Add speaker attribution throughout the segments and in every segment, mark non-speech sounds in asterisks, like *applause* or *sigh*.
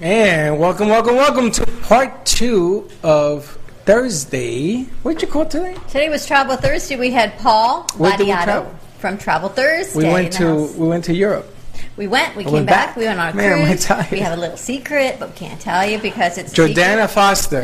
Speaker 1: And welcome, welcome, welcome to part two of Thursday. What'd you call today?
Speaker 2: Today was Travel Thursday. We had Paul
Speaker 1: Where did we
Speaker 2: Ladiato
Speaker 1: travel?
Speaker 2: from Travel Thursday.
Speaker 1: We
Speaker 2: in
Speaker 1: went
Speaker 2: the
Speaker 1: to
Speaker 2: house.
Speaker 1: we went to Europe.
Speaker 2: We went. We came
Speaker 1: went
Speaker 2: back,
Speaker 1: back.
Speaker 2: We went on a
Speaker 1: Man, my
Speaker 2: cruise.
Speaker 1: tired.
Speaker 2: We have a little secret, but we can't tell you because it's a
Speaker 1: Jordana Foster.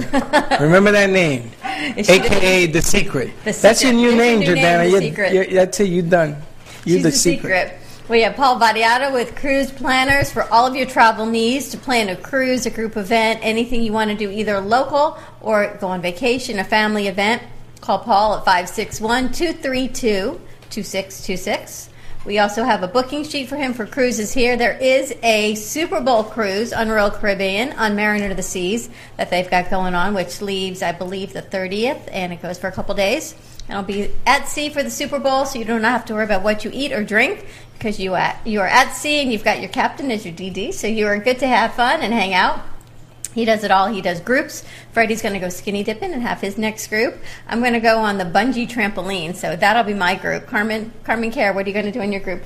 Speaker 2: *laughs*
Speaker 1: Remember that name.
Speaker 2: secret. *laughs* It's-
Speaker 1: AKA The Secret.
Speaker 2: The
Speaker 1: That's your
Speaker 2: Secret.
Speaker 1: new
Speaker 2: That's your
Speaker 1: name,
Speaker 2: new name,
Speaker 1: Jordana.
Speaker 2: The
Speaker 1: You're-
Speaker 2: Secret.
Speaker 1: you're- that's it, you're done. You're
Speaker 2: she's
Speaker 1: the
Speaker 2: a secret. We have Paul Vadiato with Cruise Planners for all of your travel needs to plan a cruise, a group event, anything you want to do, either local or go on vacation, a family event. Call Paul at 561 232 2626. We also have a booking sheet for him for cruises here. There is a Super Bowl cruise on Royal Caribbean on Mariner of the Seas that they've got going on, which leaves, I believe, the 30th, and it goes for a couple days. And it'll be at sea for the Super Bowl, so you don't have to worry about what you eat or drink because you at, you are at sea and you've got your captain as your DD, so you are good to have fun and hang out. He does it all. He does groups. Freddie's going to go skinny dipping and have his next group. I'm going to go on the bungee trampoline, so that'll be my group. Carmen, Carmen Care, what are you going to do in your group?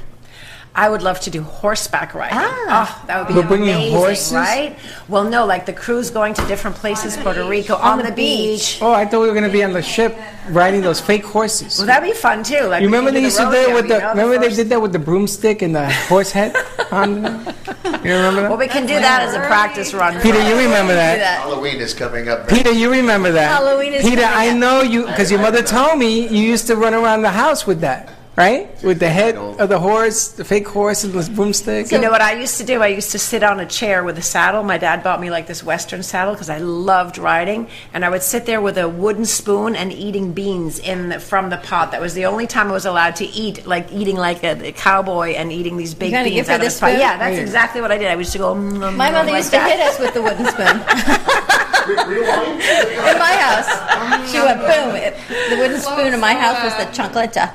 Speaker 3: I would love to do horseback riding.
Speaker 2: Ah.
Speaker 3: Oh, that would be
Speaker 1: But bringing
Speaker 3: amazing,
Speaker 1: horses?
Speaker 3: right? Well, no, like the cruise going to different places, Puerto Rico, on,
Speaker 2: the
Speaker 3: the, beach.
Speaker 1: Oh, I thought we were going to be on the ship riding those fake horses.
Speaker 3: Well, that'd be fun too. Like
Speaker 1: you
Speaker 3: we
Speaker 1: remember
Speaker 3: could
Speaker 1: they
Speaker 3: do
Speaker 1: used to do
Speaker 3: road
Speaker 1: that
Speaker 3: show,
Speaker 1: with
Speaker 3: you
Speaker 1: the,
Speaker 3: know,
Speaker 1: remember they
Speaker 3: first-
Speaker 1: did that with the broomstick and the horse head on them? You remember that?
Speaker 3: Well, we can do that as a practice run.
Speaker 1: Peter, you remember
Speaker 2: Do
Speaker 1: that.
Speaker 2: that.
Speaker 4: Halloween is coming up.
Speaker 1: Peter, you remember that.
Speaker 2: Halloween is
Speaker 1: Peter,
Speaker 2: coming
Speaker 1: I
Speaker 2: up.
Speaker 1: know you because your mother told me you used to run around the house with that, right? With the head of the horse, the fake horse, and the broomstick.
Speaker 3: You know what I used to do? I used to sit on a chair with a saddle. My dad bought me like this Western saddle because I loved riding, and I would sit there with a wooden spoon and eating beans in the, from the pot. That was the only time I was allowed to eat, like eating like a, a cowboy and eating these baked
Speaker 2: gotta
Speaker 3: beans
Speaker 2: give her
Speaker 3: out of
Speaker 2: this
Speaker 3: this pot.
Speaker 2: spoon?
Speaker 3: Yeah, that's
Speaker 1: Yeah.
Speaker 3: exactly what I did. I used to go. "Mm, mm,
Speaker 2: My
Speaker 3: mm,"
Speaker 2: mother
Speaker 3: like
Speaker 2: used to
Speaker 3: that.
Speaker 2: hit us with the wooden spoon *laughs* in my house. She went boom. It- The wooden spoon in my house was the chancleta.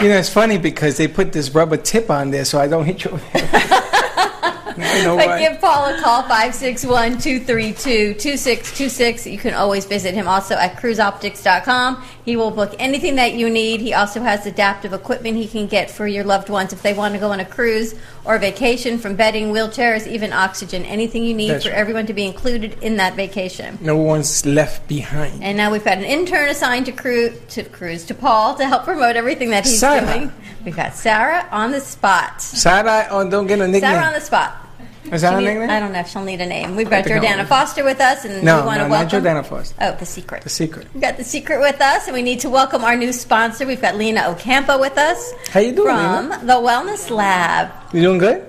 Speaker 1: You know, it's funny because they put this rubber tip on there so I don't hit you. *laughs* I know
Speaker 2: But
Speaker 1: why.
Speaker 2: give Paul a call, 561 232 2626. You can always visit him also at cruiseoptics.com. He will book anything that you need. He also has adaptive equipment he can get for your loved ones if they want to go on a cruise or vacation from bedding, wheelchairs, even oxygen. Anything you need
Speaker 1: That's
Speaker 2: for
Speaker 1: right.
Speaker 2: everyone to be included in that vacation.
Speaker 1: no one's left behind.
Speaker 2: And now we've got an intern assigned to cruise to cruise to Paul to help promote everything that he's
Speaker 1: Sarah.
Speaker 2: doing. We've got Sarah on the spot.
Speaker 1: Sarah, oh, don't get a nickname.
Speaker 2: Sarah on the spot.
Speaker 1: Is that
Speaker 2: She
Speaker 1: a
Speaker 2: need-
Speaker 1: nickname?
Speaker 2: I don't know if she'll need a name. We've got
Speaker 1: think I
Speaker 2: Jordana
Speaker 1: will.
Speaker 2: Foster with us, and
Speaker 1: No,
Speaker 2: we want
Speaker 1: no,
Speaker 2: to
Speaker 1: not
Speaker 2: welcome
Speaker 1: Jordana Foster.
Speaker 2: Oh, the secret.
Speaker 1: The secret.
Speaker 2: We've got the secret with us, and we need to welcome our new sponsor. We've got Lena Ocampo with us.
Speaker 1: How you doing,
Speaker 2: From
Speaker 1: Lena?
Speaker 2: the Wellness Lab.
Speaker 1: You doing good?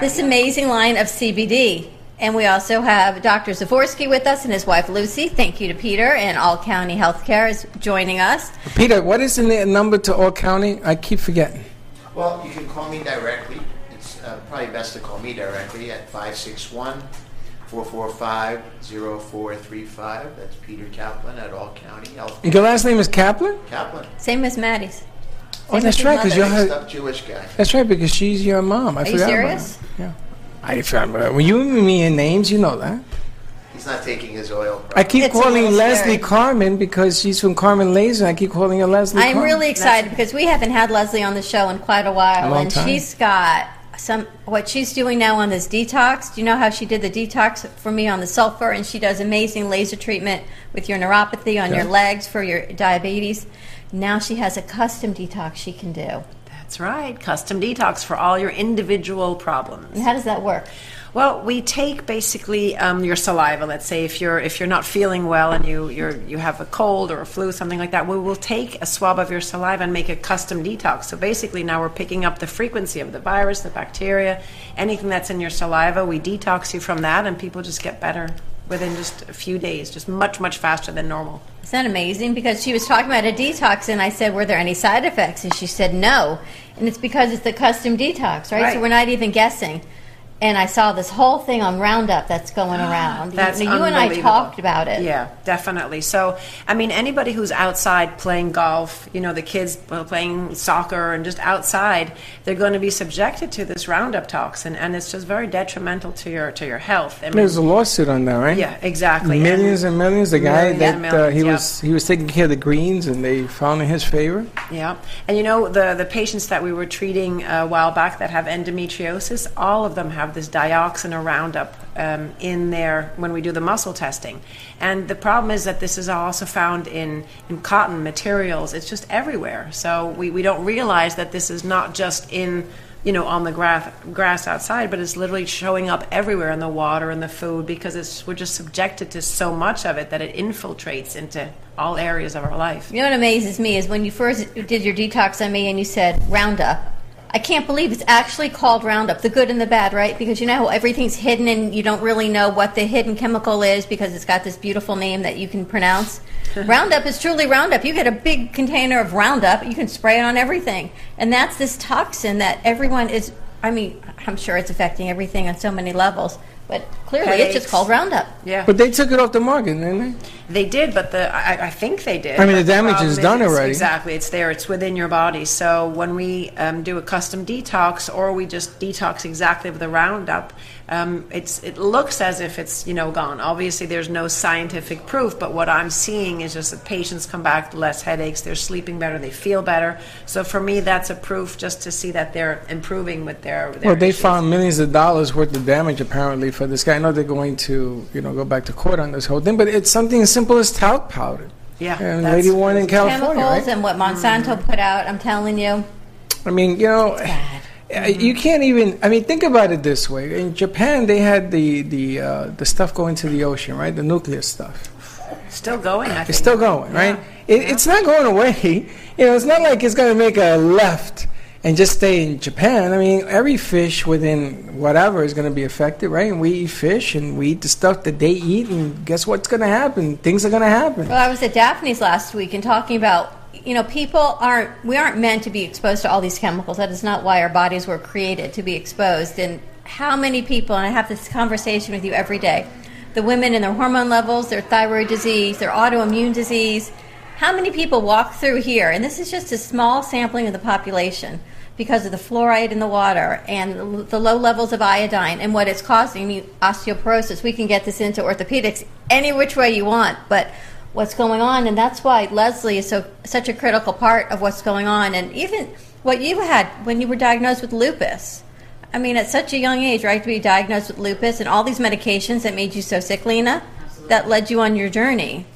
Speaker 2: This amazing line of CBD. And we also have Dr. Zavorsky with us and his wife Lucy. Thank you to Peter and All County Healthcare is joining us.
Speaker 1: Peter, what is the na- number to all county? I keep forgetting.
Speaker 4: Well, you can call me directly. It's uh, probably best to call me directly at 561 445 0435. That's Peter Kaplan at All County Health.
Speaker 1: Your last name is Kaplan?
Speaker 4: Kaplan,
Speaker 2: Same as Maddie's.
Speaker 1: Oh,
Speaker 2: Same
Speaker 1: that's
Speaker 2: as
Speaker 1: right, because
Speaker 2: your
Speaker 1: you're
Speaker 2: mother.
Speaker 1: her,
Speaker 4: mixed up Jewish guy.
Speaker 1: That's right, because she's your mom. I
Speaker 2: you
Speaker 1: forgot
Speaker 2: serious?
Speaker 1: About her. Yeah. I found her. When you and me in names, you know that.
Speaker 4: He's not taking his oil.
Speaker 1: I keep
Speaker 2: It's a
Speaker 1: calling
Speaker 2: little
Speaker 1: Leslie
Speaker 2: scary.
Speaker 1: Carmen because she's from Carmen Laser. I keep calling her Leslie.
Speaker 2: I'm
Speaker 1: Carmen.
Speaker 2: really excited because we haven't had Leslie on the show in quite a
Speaker 1: A
Speaker 2: while,
Speaker 1: long
Speaker 2: and
Speaker 1: time.
Speaker 2: she's got some what she's doing now on this detox. Do you know how she did the detox for me on the sulfur? And she does amazing laser treatment with your neuropathy on
Speaker 1: Yeah.
Speaker 2: your legs for your diabetes. Now she has a custom detox she can do.
Speaker 3: That's right. Custom detox for all your individual problems.
Speaker 2: And how does that work?
Speaker 3: Well, we take basically um, your saliva. Let's say if you're if you're not feeling well and you you're, you have a cold or a flu, something like that, we will take a swab of your saliva and make a custom detox. So basically, now we're picking up the frequency of the virus, the bacteria, anything that's in your saliva. We detox you from that, and people just get better within just a few days, just much much faster than normal.
Speaker 2: Isn't that amazing? Because she was talking about a detox, and I said, Were there any side effects? And she said, No. And it's because it's the custom detox, right? So
Speaker 3: Right.
Speaker 2: we're not even guessing. And I saw this whole thing on Roundup that's
Speaker 3: *gasps*
Speaker 2: going around.
Speaker 3: That's
Speaker 2: you, now, you and I
Speaker 3: unbelievable.
Speaker 2: talked about it.
Speaker 3: Yeah, definitely. So, I mean, anybody who's outside playing golf, you know, the kids uh, playing soccer and just outside, they're going to be subjected to this Roundup toxin, and it's just very detrimental to your to your health. I mean,
Speaker 1: There's a lawsuit on that, right?
Speaker 3: yeah, exactly.
Speaker 1: Millions and millions. The guy
Speaker 3: Millions
Speaker 1: that
Speaker 3: and
Speaker 1: uh,
Speaker 3: millions,
Speaker 1: he
Speaker 3: yeah.
Speaker 1: was he was taking care of the greens, and they found in his favor.
Speaker 3: Yeah, uh, and you know the the patients that we were treating a while back that have endometriosis, all of them have have this dioxin or Roundup um, in there when we do the muscle testing. And the problem is that this is also found in, in cotton materials. It's just everywhere. So we, we don't realize that this is not just in, you know, on the graph, grass outside, but it's literally showing up everywhere in the water and the food because it's, we're just subjected to so much of it that it infiltrates into all areas of our life.
Speaker 2: You know what amazes me is when you first did your detox on me and you said Roundup. I can't believe it's actually called Roundup, the good and the bad, right? Because you know how everything's hidden and you don't really know what the hidden chemical is because it's got this beautiful name that you can pronounce.
Speaker 1: *laughs*
Speaker 2: Roundup is truly Roundup. You get a big container of Roundup, you can spray it on everything. And that's this toxin that everyone is, I mean, I'm sure it's affecting everything on so many levels, but clearly it's
Speaker 3: Headaches.
Speaker 2: just called Roundup.
Speaker 3: Yeah.
Speaker 1: But they took it off the market, didn't they?
Speaker 3: They did, but the I, I think they did.
Speaker 1: I mean,
Speaker 3: but
Speaker 1: the damage
Speaker 3: problem
Speaker 1: is done
Speaker 3: it's-
Speaker 1: already.
Speaker 3: Exactly, it's there. It's within your body. So when we um, do a custom detox, or we just detox exactly with the Roundup, um, it's it looks as if it's you know gone. Obviously, there's no scientific proof, but what I'm seeing is just that patients come back less headaches, they're sleeping better, they feel better. So for me, that's a proof just to see that they're improving with their. their
Speaker 1: Well, they
Speaker 3: issues.
Speaker 1: found millions of dollars worth of damage apparently for this guy. I know they're going to, you know, go back to court on this whole thing, but it's something as simple as talc powder.
Speaker 3: Yeah,
Speaker 1: and
Speaker 3: that's-
Speaker 1: Lady One in California,
Speaker 2: Chemicals
Speaker 1: right? Mm-hmm.
Speaker 2: and what Monsanto put out, I'm telling you.
Speaker 1: I mean, you know, uh, you can't even. I mean, think about it this way: in Japan, they had the the uh, the stuff going to the ocean, right? The nuclear stuff.
Speaker 3: still going. I think.
Speaker 1: It's still going, right? It, It's not going away. *laughs* You know, it's not like it's going to make a left and just stay in Japan. I mean, every fish within whatever is going to be affected, right? And we eat fish and we eat the stuff that they eat, and guess what's going to happen? Things are going to happen.
Speaker 2: Well, I was at Daphne's last week and talking about you know people aren't we aren't meant to be exposed to all these chemicals. That is not why our bodies were created to be exposed. And how many people? And I have this conversation with you every day. The women and their hormone levels, their thyroid disease, their autoimmune disease. How many people walk through here? And this is just a small sampling of the population because of the fluoride in the water and the low levels of iodine and what it's causing you osteoporosis. We can get this into orthopedics any which way you want, but what's going on, and that's why Leslie is so such a critical part of what's going on, and even what you had when you were diagnosed with lupus. I mean, at such a young age, right, to be diagnosed with lupus and all these medications that made you so sick, Lena, that led you on your journey.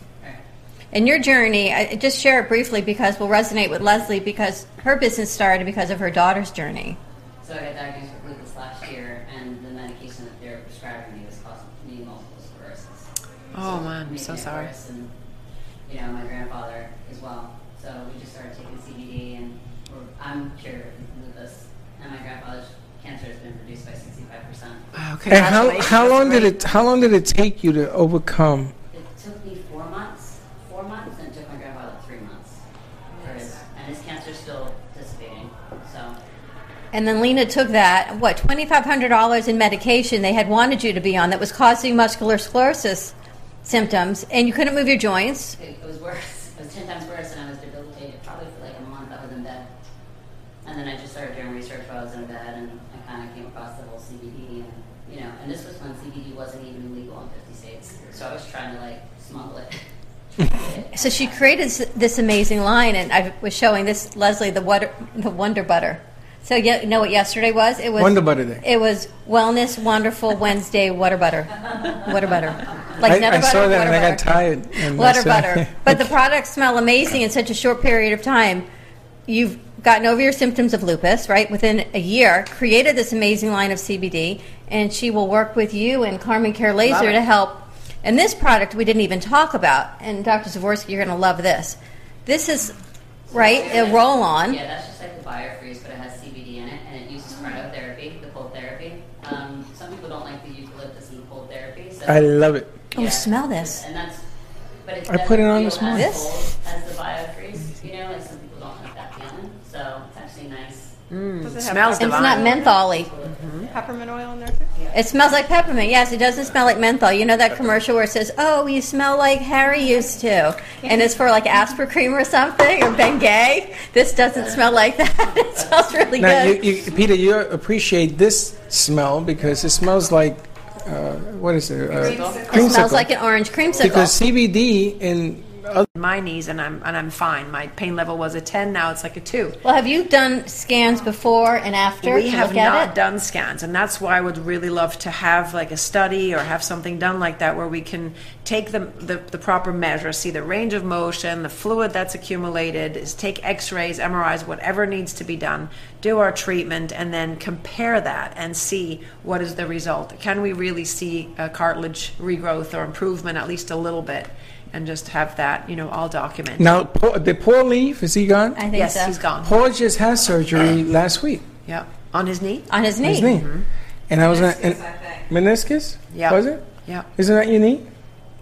Speaker 2: And your journey, I I just share it briefly because we'll resonate with Leslie because her business started because of her daughter's journey.
Speaker 5: So I got diagnosed with lupus last year, and the medication that they're prescribing me was causing me multiple sclerosis.
Speaker 3: Oh, man, I'm
Speaker 5: making
Speaker 3: so
Speaker 5: it
Speaker 3: sorry.
Speaker 5: worse, And, you know, my grandfather as well. So we just started taking CBD, and we're, I'm cured of lupus, and my grandfather's cancer has been reduced by 65%.
Speaker 3: Wow,
Speaker 1: And how,
Speaker 3: congratulations,
Speaker 1: how
Speaker 3: that's
Speaker 1: long did
Speaker 3: great.
Speaker 1: it how long did it take you to overcome?
Speaker 5: It took me four months, four months, and it took my grandfather three months. for his- And his cancer's still dissipating, so.
Speaker 2: And then Lena took that, what, $2,500 in medication they had wanted you to be on that was causing muscular sclerosis symptoms, and you couldn't move your joints.
Speaker 5: It, it was worse. *laughs* It was ten times worse, and I was debilitated probably for like a month. I was in bed, and then I just started doing research while I was in bed, and I kind of came across the whole CBD, and you know, and this was when CBD wasn't even legal in fifty states, so I was trying to like smuggle it. *laughs*
Speaker 2: So she created s- this amazing line, and I was showing this Leslie the water, the Wonder Butter. So yeah, you know what yesterday was? It was
Speaker 1: Wonder Butter Day.
Speaker 2: It was Wellness Wonderful Wednesday Water Butter, Water Butter, like
Speaker 1: I,
Speaker 2: nutter
Speaker 1: I
Speaker 2: butter,
Speaker 1: saw that
Speaker 2: water
Speaker 1: and I got
Speaker 2: butter.
Speaker 1: tired. and uh, I
Speaker 2: Water
Speaker 1: said- *laughs*
Speaker 2: butter. *laughs* But the products smell amazing in such a short period of time. You've gotten over your symptoms of lupus, right? Within a year, created this amazing line of CBD, and she will work with you and Carmen Care Laser
Speaker 3: it.
Speaker 2: to help. And this product we didn't even talk about. And Dr. Zavorsky, you're going to love this. This is, right, a roll on.
Speaker 5: Yeah, that's just like the biofreeze, but it has CBD in it, and it uses cryotherapy, the cold therapy. Um, some people don't like the eucalyptus and the cold therapy, so
Speaker 1: I love it.
Speaker 2: Oh, smell this.
Speaker 5: And that's, but it
Speaker 1: I put it on this
Speaker 5: morning.
Speaker 1: morning.
Speaker 2: This?
Speaker 5: As cold as the biofreeze, you know, like some people don't like that feeling, so it's actually nice.
Speaker 6: Does it
Speaker 3: Smells
Speaker 6: have
Speaker 2: And it's
Speaker 3: divine.
Speaker 2: not mentholy.
Speaker 3: Mm-hmm.
Speaker 6: peppermint, peppermint oil in there too?
Speaker 2: It smells like peppermint. Yes, it doesn't smell like menthol. You know that commercial where it says, "Oh, you smell like Harry used to," and it's for like Asper cream or something or Bengay. This doesn't smell like that. *laughs* It smells really
Speaker 1: Now, you,
Speaker 2: good.
Speaker 1: you, Peter, you appreciate this smell because it smells like uh, what is it? Uh,
Speaker 6: Creamsicle.
Speaker 2: It smells like an orange creamsicle.
Speaker 1: Because CBD in Oth-
Speaker 3: my knees, and I'm and I'm fine. My pain level was a ten. Now it's like a two.
Speaker 2: Well, have you done scans before and after
Speaker 3: We
Speaker 2: to
Speaker 3: have
Speaker 2: look at
Speaker 3: not
Speaker 2: it?
Speaker 3: done scans, and that's why I would really love to have like a study or have something done like that where we can take the, the, the proper measures, see the range of motion, the fluid that's accumulated, is take x rays, MRIs, whatever needs to be done, do our treatment, and then compare that and see what is the result. Can we really see a cartilage regrowth or improvement at least a little bit? And just have that, you know, all documented.
Speaker 1: Now, Paul, did Paul leave? Is he gone?
Speaker 2: I think
Speaker 3: yes,
Speaker 2: so.
Speaker 3: he's gone.
Speaker 1: Paul just had surgery last week.
Speaker 3: Yeah. On his knee?
Speaker 2: on his knee.
Speaker 1: His knee. And I was meniscus, in, meniscus.
Speaker 3: Yeah.
Speaker 1: Was it?
Speaker 3: Yeah.
Speaker 1: Isn't that your knee?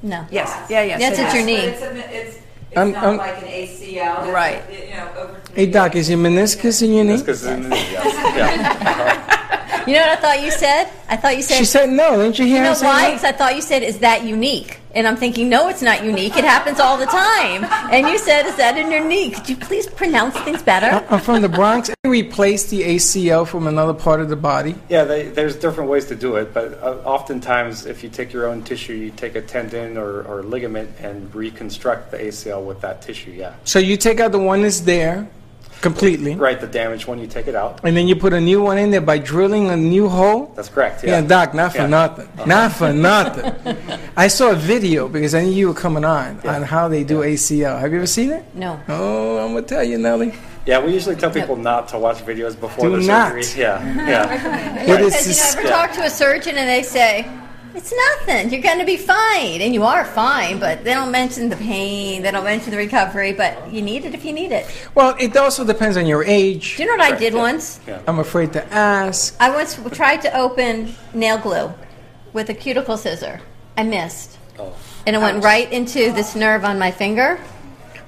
Speaker 2: No.
Speaker 3: Yes. Yeah, yes.
Speaker 2: That's
Speaker 3: it
Speaker 2: at
Speaker 3: is.
Speaker 2: your knee.
Speaker 7: But it's, a, it's, it's
Speaker 1: Um,
Speaker 7: not
Speaker 1: um,
Speaker 7: like an ACL. It's,
Speaker 3: Right.
Speaker 7: You know, over
Speaker 1: Hey, doc, is your meniscus in your knee?
Speaker 8: because yeah.
Speaker 2: You know what I thought you said? I thought you said.
Speaker 1: She said no. Didn't you hear
Speaker 2: you
Speaker 1: her
Speaker 2: know
Speaker 1: say
Speaker 2: why?
Speaker 1: no?
Speaker 2: 'Cause I thought you said, "Is that unique?" And I'm thinking, "No, it's not unique. It happens all the time." And you said, "Is that in your knee?" Could you please pronounce things better?
Speaker 1: I'm from the Bronx. They replaced the ACL from another part of the body.
Speaker 8: Yeah, they, there's different ways to do it, but uh, oftentimes, if you take your own tissue, you take a tendon or, or ligament and reconstruct the ACL with that tissue. Yeah,
Speaker 1: So you take out the one that's there completely,
Speaker 8: right. The damaged one, you take it out.
Speaker 1: and then you put a new one in there by drilling a new hole.
Speaker 8: That's correct.
Speaker 1: Yeah, Uh-huh.
Speaker 8: Yeah,
Speaker 1: doc, not for
Speaker 8: Yeah.
Speaker 1: nothing, not for *laughs* nothing. I saw a video because I knew you were coming on on how they do ACL. Have you ever seen it?
Speaker 2: No.
Speaker 1: Oh, I'm gonna tell you, Nelly.
Speaker 8: Yeah, we usually tell people not to watch videos before
Speaker 1: Do
Speaker 8: the
Speaker 1: not.
Speaker 8: surgery. *laughs*
Speaker 1: *laughs*
Speaker 8: Yeah, yeah.
Speaker 1: It is
Speaker 2: Because
Speaker 1: dis-
Speaker 2: you never talk to a surgeon and they say, it's nothing. You're going to be fine. And you are fine, but they don't mention the pain. They don't mention the recovery, but you need it if you need it.
Speaker 1: well, it also depends on your age.
Speaker 2: Do you know what I did once?
Speaker 1: I'm afraid to ask.
Speaker 2: I once tried to open nail glue with a cuticle scissor. I missed. And it went right into this nerve on my finger.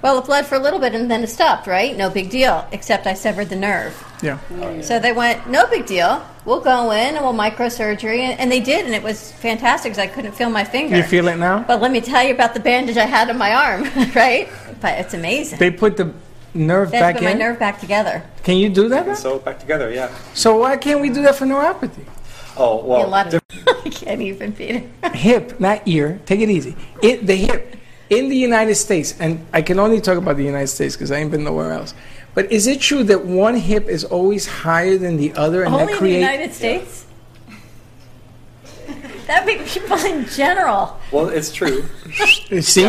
Speaker 2: Well, it bled for a little bit and then it stopped, right? No big deal, except I severed the nerve.
Speaker 1: Yeah.
Speaker 2: So they went, no big deal. We'll go in and we'll microsurgery. And and they did, and it was fantastic because I couldn't feel my finger.
Speaker 1: You feel it now?
Speaker 2: But let me tell you about the bandage I had on my arm, *laughs* right? But it's amazing.
Speaker 1: They put the nerve
Speaker 2: They had
Speaker 1: back
Speaker 2: to put my
Speaker 1: in.
Speaker 2: nerve back together.
Speaker 1: Can you do that? now?
Speaker 8: So back together. Yeah.
Speaker 1: So why can't we do that for neuropathy?
Speaker 8: Oh
Speaker 2: A
Speaker 8: well.
Speaker 2: lot of, *laughs* I can't even, Peter.
Speaker 1: hip, not ear. Take it easy. It, the hip in the United States, and I can only talk about the United States because I ain't been nowhere else. But is it true that one hip is always higher than the other, and
Speaker 2: Only
Speaker 1: that
Speaker 2: in the
Speaker 1: creates?
Speaker 2: United States? *laughs* that would be people in general.
Speaker 8: well, it's
Speaker 1: *laughs*
Speaker 8: true.
Speaker 1: Uh, See,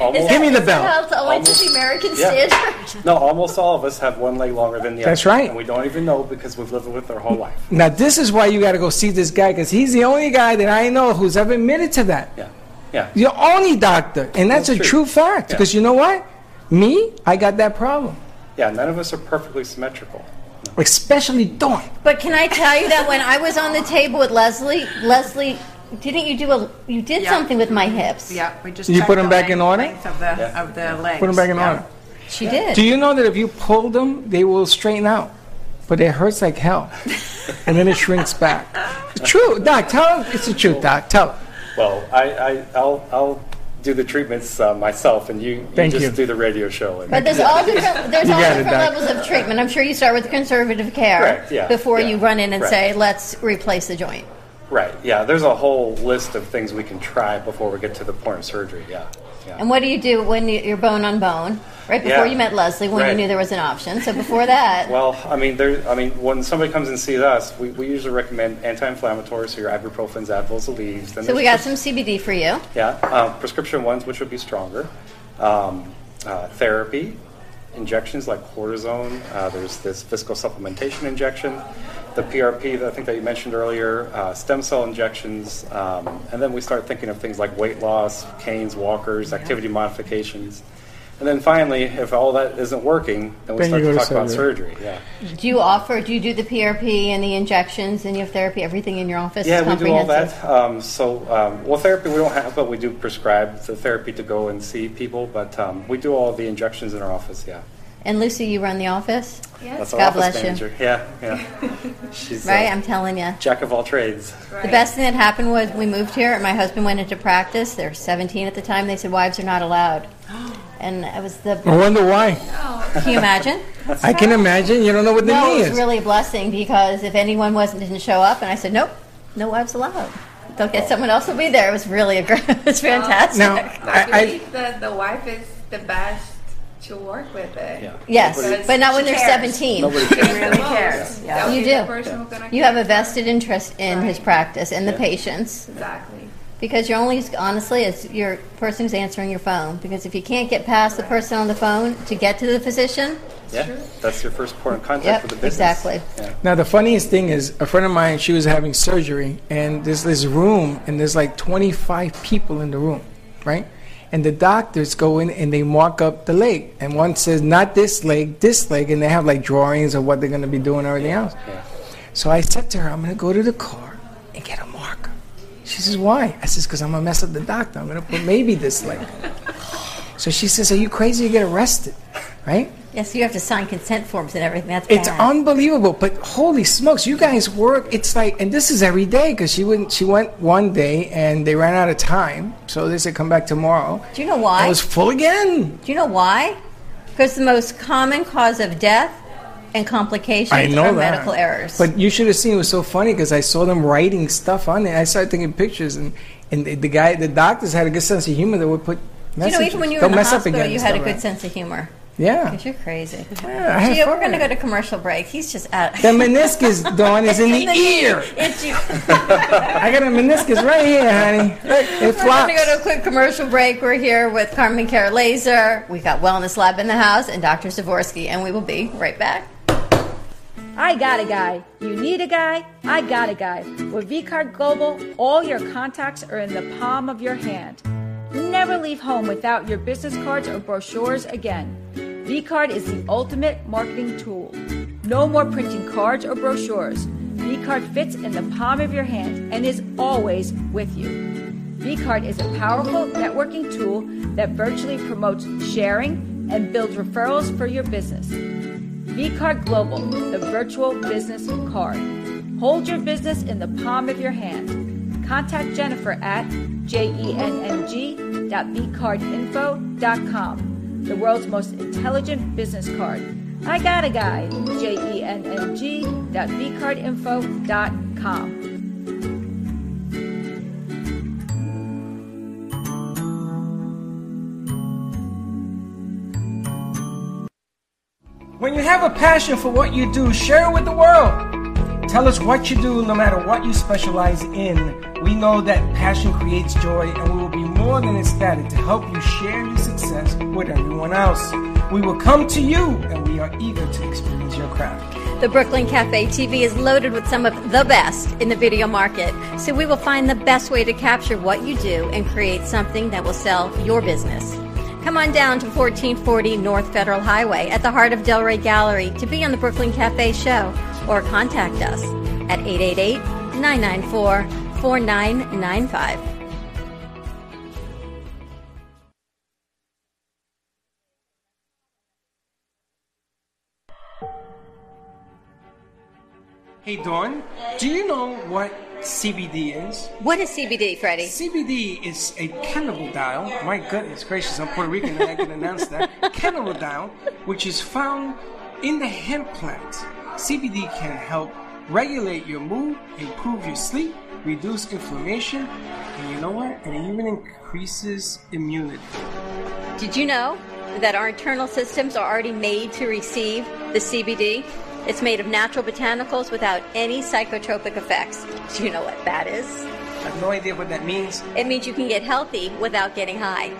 Speaker 8: Almost,
Speaker 1: Give me the
Speaker 2: is that
Speaker 1: bell.
Speaker 2: how it's always with the American
Speaker 8: Yeah.
Speaker 2: standard?
Speaker 8: no, almost all of us have one leg longer than the other.
Speaker 1: That's right.
Speaker 8: And we don't even know because we've lived with it our whole life.
Speaker 1: now this is why you got to go see this guy because he's the only guy that I know who's ever admitted to that.
Speaker 8: Yeah, yeah.
Speaker 1: Your only doctor, and that's,
Speaker 8: That's
Speaker 1: a true,
Speaker 8: true.
Speaker 1: fact.
Speaker 8: Yeah.
Speaker 1: Because you know what? Me, I got that problem,
Speaker 8: Yeah, none of us are perfectly symmetrical.
Speaker 1: especially Dawn.
Speaker 2: But can I tell you that when I was on the table with Leslie, Leslie, didn't you do a, you did
Speaker 3: Yeah.
Speaker 2: something with my hips?
Speaker 3: Yeah, we just
Speaker 1: You
Speaker 3: check
Speaker 1: put
Speaker 3: the
Speaker 1: 'em
Speaker 3: length-
Speaker 1: back in order?
Speaker 3: length of the
Speaker 8: Yeah.
Speaker 3: of the legs.
Speaker 1: Put them back in
Speaker 3: yeah.
Speaker 1: order.
Speaker 2: She did.
Speaker 1: Do you know that if you pull them, they will straighten out, but it hurts like hell, and then it shrinks back. It's true, Doc. Tell him it's the truth, Doc. Tell. him.
Speaker 8: Well, I, I, I'll, I'll do the treatments uh, myself, and you, you
Speaker 1: Thank
Speaker 8: just
Speaker 1: you.
Speaker 8: do the radio show. And,
Speaker 2: But there's all different there's
Speaker 1: You
Speaker 2: all
Speaker 1: got it,
Speaker 2: different
Speaker 1: Doc.
Speaker 2: levels of treatment. I'm sure you start with conservative care
Speaker 8: Correct, yeah,
Speaker 2: before
Speaker 8: yeah,
Speaker 2: you run in and
Speaker 8: correct.
Speaker 2: say let's replace the joint.
Speaker 8: Right, yeah, there's a whole list of things we can try before we get to the point of surgery, yeah. yeah.
Speaker 2: And what do you do when you- you're bone on bone? Right before
Speaker 8: Yeah.
Speaker 2: you met Leslie, when you
Speaker 8: Right.
Speaker 2: knew there was an option. So before that,
Speaker 8: Well, I mean, there. I mean, when somebody comes and sees us, we, we usually recommend anti-inflammatories, so your ibuprofens, Advils, Aleve. Then
Speaker 2: so we
Speaker 8: there's
Speaker 2: got some CBD for you.
Speaker 8: Yeah, uh, prescription ones, which would be stronger. Um, uh, therapy, injections like cortisone. Uh, there's this visco supplementation injection, the PRP that I think that you mentioned earlier, uh, stem cell injections, um, and then we start thinking of things like weight loss, canes, walkers, activity modifications. And then finally, if all that isn't working, then we
Speaker 1: Then
Speaker 8: start
Speaker 1: you
Speaker 8: to
Speaker 1: go
Speaker 8: talk
Speaker 1: to
Speaker 8: about
Speaker 1: surgery.
Speaker 8: surgery. Yeah,
Speaker 2: Do you offer? Do you do the PRP and the injections and you have therapy? Everything in your office?
Speaker 8: yeah,
Speaker 2: is
Speaker 8: we do all
Speaker 2: comprehensive.
Speaker 8: that. Um, so, um, well, therapy we don't have, but we do prescribe the therapy to go and see people. But um, we do all the injections in our office. Yeah.
Speaker 2: And Lucy, you run the office,
Speaker 8: That's our
Speaker 2: God
Speaker 8: office
Speaker 2: bless you.
Speaker 8: manager. Yeah, yeah. She's
Speaker 2: right?
Speaker 8: uh,
Speaker 2: I'm telling you.
Speaker 8: jack of all trades.
Speaker 2: The best thing that happened was we moved here, and my husband went into practice. They were 17 at the time. They said wives are
Speaker 8: *gasps*
Speaker 2: not allowed, and it was the.
Speaker 1: I wonder why.
Speaker 2: Can you imagine?
Speaker 8: *laughs*
Speaker 1: I can imagine. You don't know what the
Speaker 2: no,
Speaker 1: knee
Speaker 2: it was
Speaker 1: is.
Speaker 2: really a blessing because if anyone wasn't didn't show up, and I said nope, no wives allowed. They'll
Speaker 8: Oh.
Speaker 2: get someone else will be there. It was really a great. *laughs* It was fantastic.
Speaker 1: Now,
Speaker 7: I
Speaker 1: I,
Speaker 7: believe that the wife is the best to work with it.
Speaker 8: Yeah.
Speaker 2: yes,
Speaker 7: Nobody-
Speaker 2: but not when
Speaker 7: She
Speaker 2: they're
Speaker 7: cares.
Speaker 2: seventeen.
Speaker 8: Nobody
Speaker 7: She
Speaker 8: cares.
Speaker 7: really
Speaker 3: cares.
Speaker 7: cares. That would
Speaker 2: You
Speaker 7: be the
Speaker 2: do.
Speaker 7: person who's gonna
Speaker 2: You have a
Speaker 7: care.
Speaker 2: vested interest in his
Speaker 7: Right.
Speaker 2: practice and the
Speaker 8: Yeah.
Speaker 2: patients
Speaker 7: Exactly.
Speaker 2: because you're only honestly it's your person who's answering your phone because if you can't get past the person on the phone to get to the physician,
Speaker 8: *laughs* Yeah, that's your first point of contact
Speaker 2: Yep,
Speaker 8: with the business.
Speaker 2: exactly.
Speaker 8: Yeah.
Speaker 1: now the funniest thing is a friend of mine. She was having surgery, and there's this room, and there's like 25 people in the room, right? And the doctors go in and they mark up the leg, and one says not this leg, this leg, and they have like drawings of what they're going to be doing, and everything else.
Speaker 8: Yeah.
Speaker 1: So I said to her, I'm going to go to the car and get a marker. She says, why? I says, because I'm going to mess up the doctor. I'm going to put maybe this leg. So she says, are you crazy? You get arrested, right?
Speaker 2: yes, you have to sign consent forms and everything. That's
Speaker 1: It's
Speaker 2: bad.
Speaker 1: unbelievable, but holy smokes, you guys work. It's like, and this is every day because she went. She went one day and they ran out of time, so they said come back tomorrow.
Speaker 2: Do you know why?
Speaker 1: It was full again.
Speaker 2: Do you know why? Because the most common cause of death and complications
Speaker 1: I know
Speaker 2: are
Speaker 1: that.
Speaker 2: medical errors.
Speaker 1: But you should have seen. It was so funny because I saw them writing stuff on it. I started taking pictures, and and the, the guy, the doctors had a good sense of humor that would put.
Speaker 2: you
Speaker 1: Messages.
Speaker 2: know, even when you were
Speaker 1: Don't
Speaker 2: in the
Speaker 1: mess up
Speaker 2: hospital,
Speaker 1: again
Speaker 2: you
Speaker 1: and
Speaker 2: had a
Speaker 1: stuff
Speaker 2: good
Speaker 1: like-
Speaker 2: sense of humor.
Speaker 1: Yeah.
Speaker 2: Because you're crazy.
Speaker 1: Yeah, I had
Speaker 2: Gee,
Speaker 1: fun
Speaker 2: we're going to
Speaker 1: with
Speaker 2: go
Speaker 1: it.
Speaker 2: to commercial break. He's just out.
Speaker 1: The meniscus, Dawn, is in the ear.
Speaker 2: *laughs* It's you.
Speaker 1: I got a meniscus right here, honey. Look, it
Speaker 2: We're going to go to
Speaker 1: flops.
Speaker 2: a quick commercial break. We're here with Carmen Care Laser. We got Wellness Lab in the house and Dr. Zavorsky, and we will be right back.
Speaker 9: I got a guy. You need a guy? I got a guy. With vCard Global, all your contacts are in the palm of your hand. Never leave home without your business cards or brochures again. vCard is the ultimate marketing tool. No more printing cards or brochures. vCard fits in the palm of your hand and is always with you. vCard is a powerful networking tool that virtually promotes sharing and builds referrals for your business. VCard Global, the virtual business card. Hold your business in the palm of your hand. Contact Jennifer at E jenng.vcardinfo.com, the world's most intelligent business card. I got a guy, E jenng.vcardinfo.com.
Speaker 1: When you have a passion for what you do, share it with the world. Tell us what you do, no matter what you specialize in. We know that passion creates joy, and we will be more than ecstatic to help you share your success with everyone else. We will come to you, and we are eager to experience your craft.
Speaker 2: The Brooklyn Cafe TV is loaded with some of the best in the video market, so we will find the best way to capture what you do and create something that will sell your business. Come on down to 1440 North Federal Highway at the heart of Delray Gallery to be on the Brooklyn Cafe show or contact us at 888 994 4995.
Speaker 1: Hey, Dawn, do you know what CBD is?
Speaker 2: What is CBD, Freddie?
Speaker 1: CBD is a cannabidiol. My goodness gracious, I'm Puerto Rican and I can announce that. Cannabidiol, which is found in the hemp plant. CBD can help regulate your mood, improve your sleep, reduce inflammation, and you know what? And it even increases immunity.
Speaker 2: Did you know that our internal systems are already made to receive the CBD? It's made of natural botanicals without any psychotropic effects. Do you know what that is?
Speaker 1: I have no idea what that means.
Speaker 2: It means you can get healthy without getting high.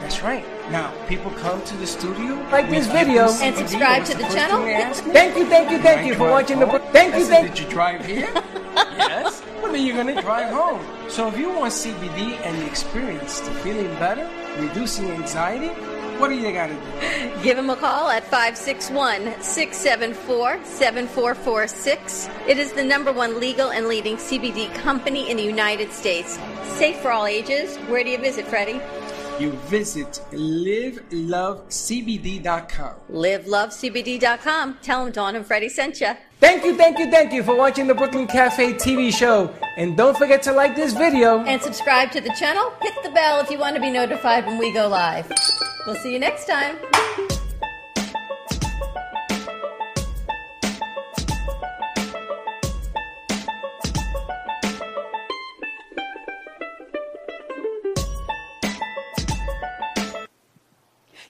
Speaker 1: That's right. Now, people come to the studio, like
Speaker 10: this video.
Speaker 2: And subscribe to the channel.
Speaker 10: Thank you, thank you, thank you for watching the. Thank you, thank.
Speaker 1: Did you drive *laughs* here? yes. Well, then you're gonna drive home. So if you want CBD and the experience to feeling better, reducing anxiety, what do you gotta do?
Speaker 2: Give them a call at 561 674 7446. It is the number one legal and leading CBD company in the United States. Safe for all ages. Where do you visit, Freddie?
Speaker 1: You visit livelovecbd.com.
Speaker 2: LiveLoveCBD.com. Tell them Dawn and Freddie sent you.
Speaker 1: Thank you, thank you, thank you for watching the Brooklyn Cafe TV show, and don't forget to like this video.
Speaker 2: and subscribe to the channel. Hit the bell if you want to be notified when we go live. We'll see you next time.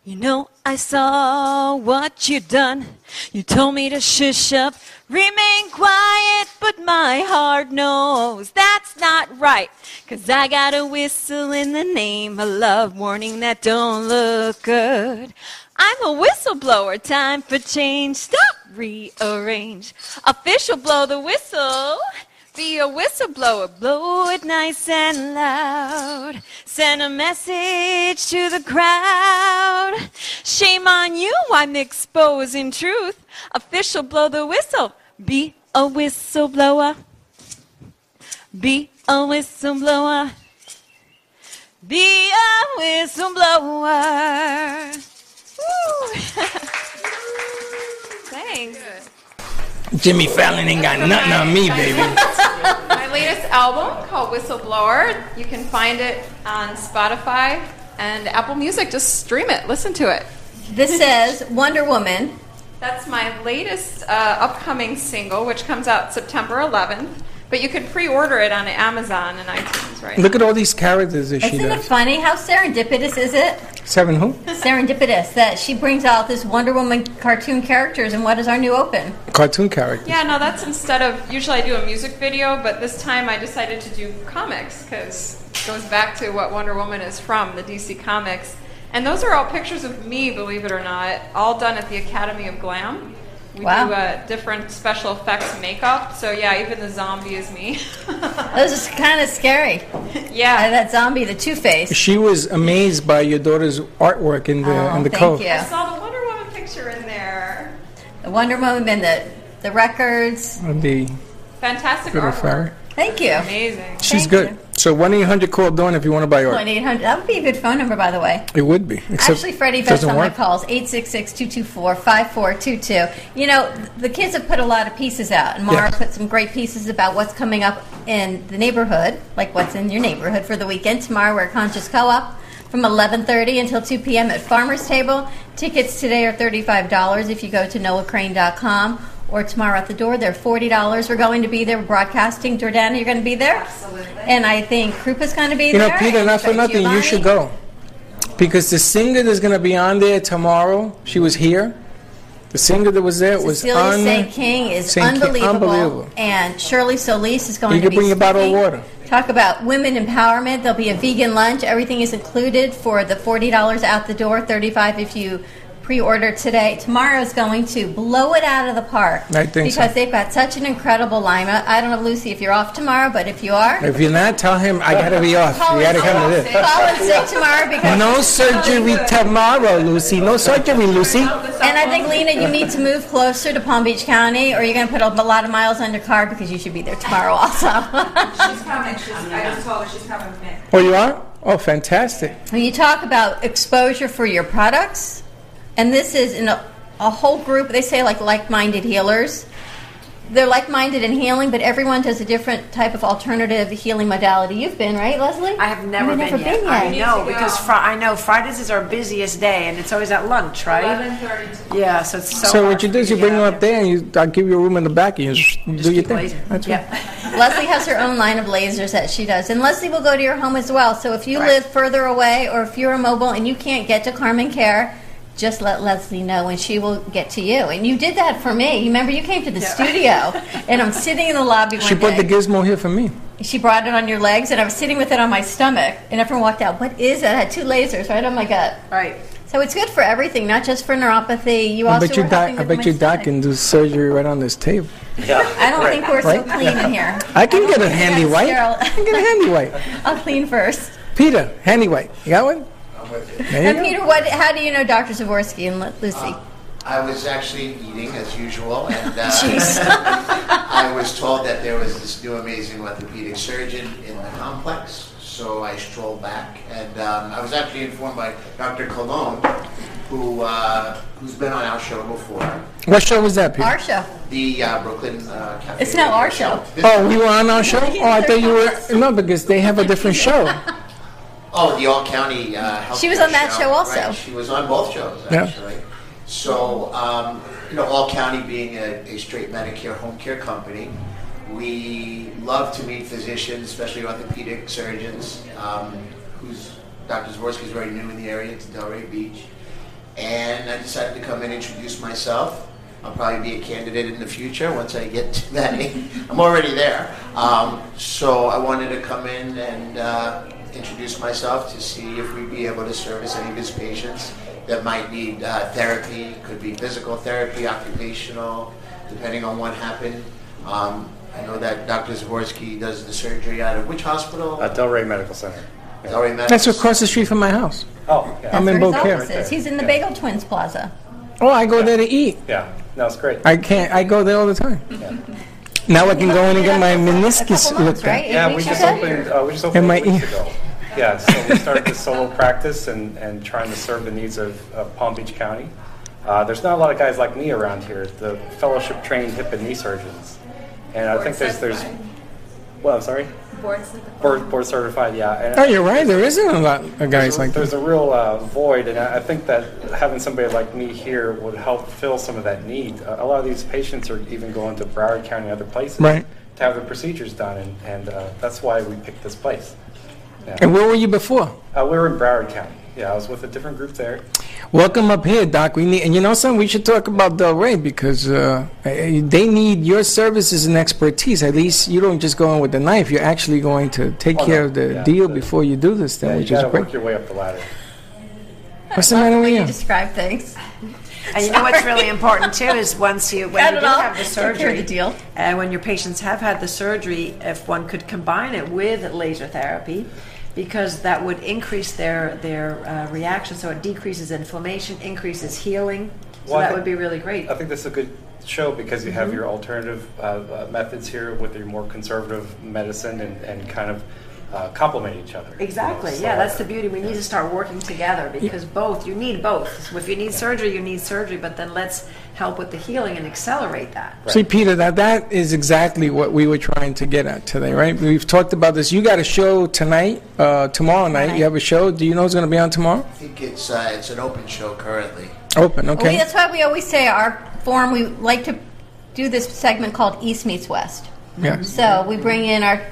Speaker 11: You know, I saw what you done. You told me to shush up, remain quiet, but my heart knows that's not right. Cause I got a whistle in the name of love, warning that don't look good. I'm a whistleblower, time for change. Stop, rearrange. Official blow the whistle. Be a whistleblower, blow it nice and loud. Send a message to the crowd. Shame on you, I'm exposing truth. Official blow the whistle. Be a whistleblower. Be a whistleblower. Be a whistleblower. Woo. Thanks.
Speaker 1: Jimmy Fallon ain't got nothing on me,
Speaker 7: *laughs*
Speaker 1: baby.
Speaker 7: My latest album called Whistleblower. You can find it on Spotify and Apple Music. Just stream it, listen to it.
Speaker 1: *laughs*
Speaker 2: This says Wonder Woman.
Speaker 7: That's my latest uh, upcoming single, which comes out September 11th. But you can pre-order it on Amazon and iTunes, right?
Speaker 1: Look at all these characters that she
Speaker 2: Isn't it
Speaker 1: does.
Speaker 2: funny? How serendipitous is it?
Speaker 1: Seven who?
Speaker 2: Serendipitous that she brings out this Wonder Woman cartoon characters, and what is our new open?
Speaker 1: Cartoon character.
Speaker 7: Yeah, no, that's instead of usually I do a music video, but this time I decided to do comics because it goes back to what Wonder Woman is from, the DC Comics. And those are all pictures of me, believe it or not, all done at the Academy of Glam. We
Speaker 2: Wow.
Speaker 7: do uh, different special effects makeup, so yeah, even the zombie is me. *laughs*
Speaker 2: That was kind of scary. Uh,
Speaker 7: Yeah,
Speaker 2: that zombie, the Two Face.
Speaker 1: She was amazed by your daughter's artwork in the in the
Speaker 2: Oh, thank
Speaker 1: code.
Speaker 2: you. I
Speaker 7: saw the Wonder Woman picture in there.
Speaker 2: The Wonder Woman, and the the records.
Speaker 1: Of the
Speaker 7: Fantastic
Speaker 2: Oh,
Speaker 1: little
Speaker 7: artwork.
Speaker 1: flower.
Speaker 2: Thank you.
Speaker 7: Amazing.
Speaker 1: She's good. So one eight hundred call Dawn if you want to buy art.
Speaker 2: One eight hundred. That would be a good phone number, by the way.
Speaker 1: It would be. Except
Speaker 2: Actually, Freddie
Speaker 1: it
Speaker 2: vets
Speaker 1: doesn't
Speaker 2: on my
Speaker 1: work.
Speaker 2: calls 866-224-5422. You know, th- the kids have put a lot of pieces out, and Mara
Speaker 12: Yeah.
Speaker 2: put some great pieces about what's coming up in the neighborhood, like what's in your neighborhood for the weekend. Tomorrow we're at Conscious Co-op from 11:30 until 2 p.m. at Farmer's Table. Tickets today are $35 if you go to noahcrane.com. Or tomorrow at the door, they're forty dollars. We're going to be there broadcasting. Jordana, you're going to be there, absolutely. And I think Krupa's going to be
Speaker 1: You
Speaker 2: there.
Speaker 1: know, Peter, not for nothing, you should go. Because the singer that's going to be on there tomorrow, she was here. The singer that was there was
Speaker 2: Celia
Speaker 1: on.
Speaker 2: St. King is
Speaker 1: St. King-
Speaker 2: unbelievable.
Speaker 1: unbelievable.
Speaker 2: And Shirley Solis is going
Speaker 1: You
Speaker 2: to
Speaker 1: could
Speaker 2: be
Speaker 1: bring a bottle of
Speaker 2: speaking.
Speaker 1: water.
Speaker 2: Talk about women empowerment. There'll be a vegan lunch. Everything is included for the forty dollars out the door, thirty-five if you pre-order today. Tomorrow is going to blow it out of the park
Speaker 1: I think
Speaker 2: because
Speaker 1: so.
Speaker 2: they've got such an incredible lineup. I don't know, Lucy, if you're off tomorrow, but if you are,
Speaker 1: If you're not, tell him I got to be off.
Speaker 2: Call
Speaker 1: You got to
Speaker 2: and
Speaker 1: come to
Speaker 2: sick. Call and sick
Speaker 1: this.
Speaker 2: tomorrow because
Speaker 1: No surgery tomorrow, Lucy. No surgery, Lucy.
Speaker 2: And I think, Lena, you need to move closer to Palm Beach County, or you're going to put a lot of miles on your car because you should be there tomorrow also. *laughs*
Speaker 13: She's coming. She's, I just told her she's coming with me.
Speaker 1: Oh, you are? Oh, fantastic.
Speaker 2: when you talk about exposure for your products, and this is in a, a whole group, they say like like minded healers. They're like minded in healing, but everyone does a different type of alternative healing modality. You've been, right, Leslie? I have
Speaker 3: Never, been, yet. I know because fr- I know Fridays is our busiest day, and it's always at lunch, right? Eleven thirty. Yeah, so it's so.
Speaker 1: So, what you do is you bring him up there and you, I'll give you a room in the back and you just, do your thing. That's right.
Speaker 2: *laughs* Leslie has her own line of lasers that she does, and Leslie will go to your home as well. So if you live further away or if you're immobile and you can't get to Carmen Care, just let Leslie know, and she will get to you. And you did that for me. You Remember, you came to the studio, and I'm sitting in the lobby.
Speaker 1: She
Speaker 2: one
Speaker 1: put
Speaker 2: day.
Speaker 1: the gizmo here for me.
Speaker 2: She brought it on your legs, and I was sitting with it on my stomach, and everyone walked out. What is that? I had two lasers right on my gut.
Speaker 3: Right.
Speaker 2: So it's good for everything, not just for neuropathy. You
Speaker 1: I
Speaker 2: also
Speaker 1: bet you,
Speaker 2: were
Speaker 1: doc,
Speaker 2: helping
Speaker 1: I
Speaker 2: with my
Speaker 1: bet you, doc,
Speaker 2: stomach.
Speaker 1: can do surgery right on this table.
Speaker 2: I don't think we're so
Speaker 1: Right?
Speaker 2: clean
Speaker 1: *laughs*
Speaker 2: in here.
Speaker 1: I can get a handy wipe.
Speaker 2: sterile.
Speaker 1: I can get a handy wipe.
Speaker 2: I'll clean first.
Speaker 1: Peter, handy wipe. You got one? There
Speaker 2: And
Speaker 1: you go.
Speaker 2: Peter, what? How do you know Dr. Zavorsky and Lu- Lucy?
Speaker 4: I was actually eating as usual, and uh,
Speaker 2: Jeez.
Speaker 4: *laughs* I was told that there was this new amazing orthopedic surgeon in the complex. So I strolled back, and um, I was actually informed by Dr. Cologne, who uh, who's been on our show before,
Speaker 1: What show was that, Peter?
Speaker 2: Our show.
Speaker 4: the uh, Brooklyn uh, Cafe.
Speaker 2: It's now our show.
Speaker 1: Oh, we were on our show? Oh, I thought you were. No, because they have a different
Speaker 2: *laughs*
Speaker 1: show.
Speaker 4: Oh, the All County uh, Health.
Speaker 2: She was on that show also.
Speaker 4: Right, She was on both shows
Speaker 1: Yeah.
Speaker 4: actually. So um, you know, All County being a, a straight Medicare home care company, we love to meet physicians, especially orthopedic surgeons, um, who's Dr. Zborski is very new in the area to Delray Beach, and I decided to come and introduce myself. I'll probably be a candidate in the future once I get to that *laughs* age. I'm already there. Um, so I wanted to come in and uh, introduce myself to see if we'd be able to service any of his patients that might need uh, therapy. Could be physical therapy, occupational, depending on what happened. Um, I know that Dr. Zaborski does the surgery out of which hospital?
Speaker 8: Uh, Delray Medical Center.
Speaker 4: Delray Medical
Speaker 1: That's across the street from my house.
Speaker 8: Oh, yeah.
Speaker 1: I'm in
Speaker 2: Where his
Speaker 1: both here.
Speaker 2: office is. He's in the Bagel Twins Plaza.
Speaker 1: Oh, I go there to eat.
Speaker 8: Yeah, no, it's great.
Speaker 1: I can't. I go there all the time. Now I can go in and get my meniscus looked at.
Speaker 8: Yeah, we just opened, uh, we just
Speaker 1: And
Speaker 8: opened
Speaker 1: my e-
Speaker 8: eight weeks ago. Yeah, so we started this solo practice and, and trying to serve the needs of, of Palm Beach County. Uh, there's not a lot of guys like me around here, the fellowship trained hip and knee surgeons. And I think there's, there's, well, I'm sorry,
Speaker 13: Board certified.
Speaker 8: board, board certified, yeah. And
Speaker 1: Oh, you're right. There isn't a lot of guys like
Speaker 8: there's
Speaker 1: that.
Speaker 8: a real uh, void, and I I think that having somebody like me here would help fill some of that need. A a lot of these patients are even going to Broward County and other places
Speaker 1: Right.
Speaker 8: to have their procedures done, and, and uh, that's why we picked this place. Yeah.
Speaker 1: And where were you before?
Speaker 8: Uh, we were in Broward County. Yeah, I was with a different group there.
Speaker 1: Welcome up here, Doc. We need, and you know something? We should talk about Del Rey because uh, eh, they need your services and expertise. At least you don't just go in with the knife. You're actually going to take
Speaker 8: Oh,
Speaker 1: care
Speaker 8: no.
Speaker 1: of the
Speaker 8: Yeah,
Speaker 1: deal
Speaker 8: the-
Speaker 1: before you do this thing,
Speaker 8: Yeah, you
Speaker 1: which is
Speaker 8: got to
Speaker 1: great.
Speaker 8: work your way up the ladder.
Speaker 1: What's the matter with
Speaker 2: You
Speaker 1: you?
Speaker 2: describe things.
Speaker 3: And you know what's really important too is once you when
Speaker 2: Got
Speaker 3: you
Speaker 2: it
Speaker 3: do
Speaker 2: all.
Speaker 3: have the
Speaker 2: Take care of
Speaker 3: surgery,
Speaker 2: the deal.
Speaker 3: and when your patients have had the surgery, if one could combine it with laser therapy, because that would increase their their uh, reaction, so it decreases inflammation, increases healing. So
Speaker 8: Well, I
Speaker 3: that
Speaker 8: think-
Speaker 3: would be really great.
Speaker 8: I think this is a good show because you have
Speaker 1: Mm-hmm.
Speaker 8: your alternative uh, uh, methods here with your more conservative medicine and, and kind of uh, complement each other. you know,
Speaker 3: Exactly.
Speaker 8: so-
Speaker 3: Yeah, that's the beauty. We need to start working together because both you need both. If you need surgery, you need surgery, but then let's help with the healing and accelerate that.
Speaker 1: See, Peter, that that is exactly what we were trying to get at today, right? We've talked about this. You got a show tonight, uh, tomorrow night. You have a show. Do you know who's going to be on tomorrow?
Speaker 4: I think it's uh, it's an open show currently.
Speaker 1: Open,
Speaker 2: Well, we-
Speaker 1: okay?
Speaker 2: that's why we always say our forum, we like to do this segment called East Meets West.
Speaker 1: Yes.
Speaker 2: So we bring in our,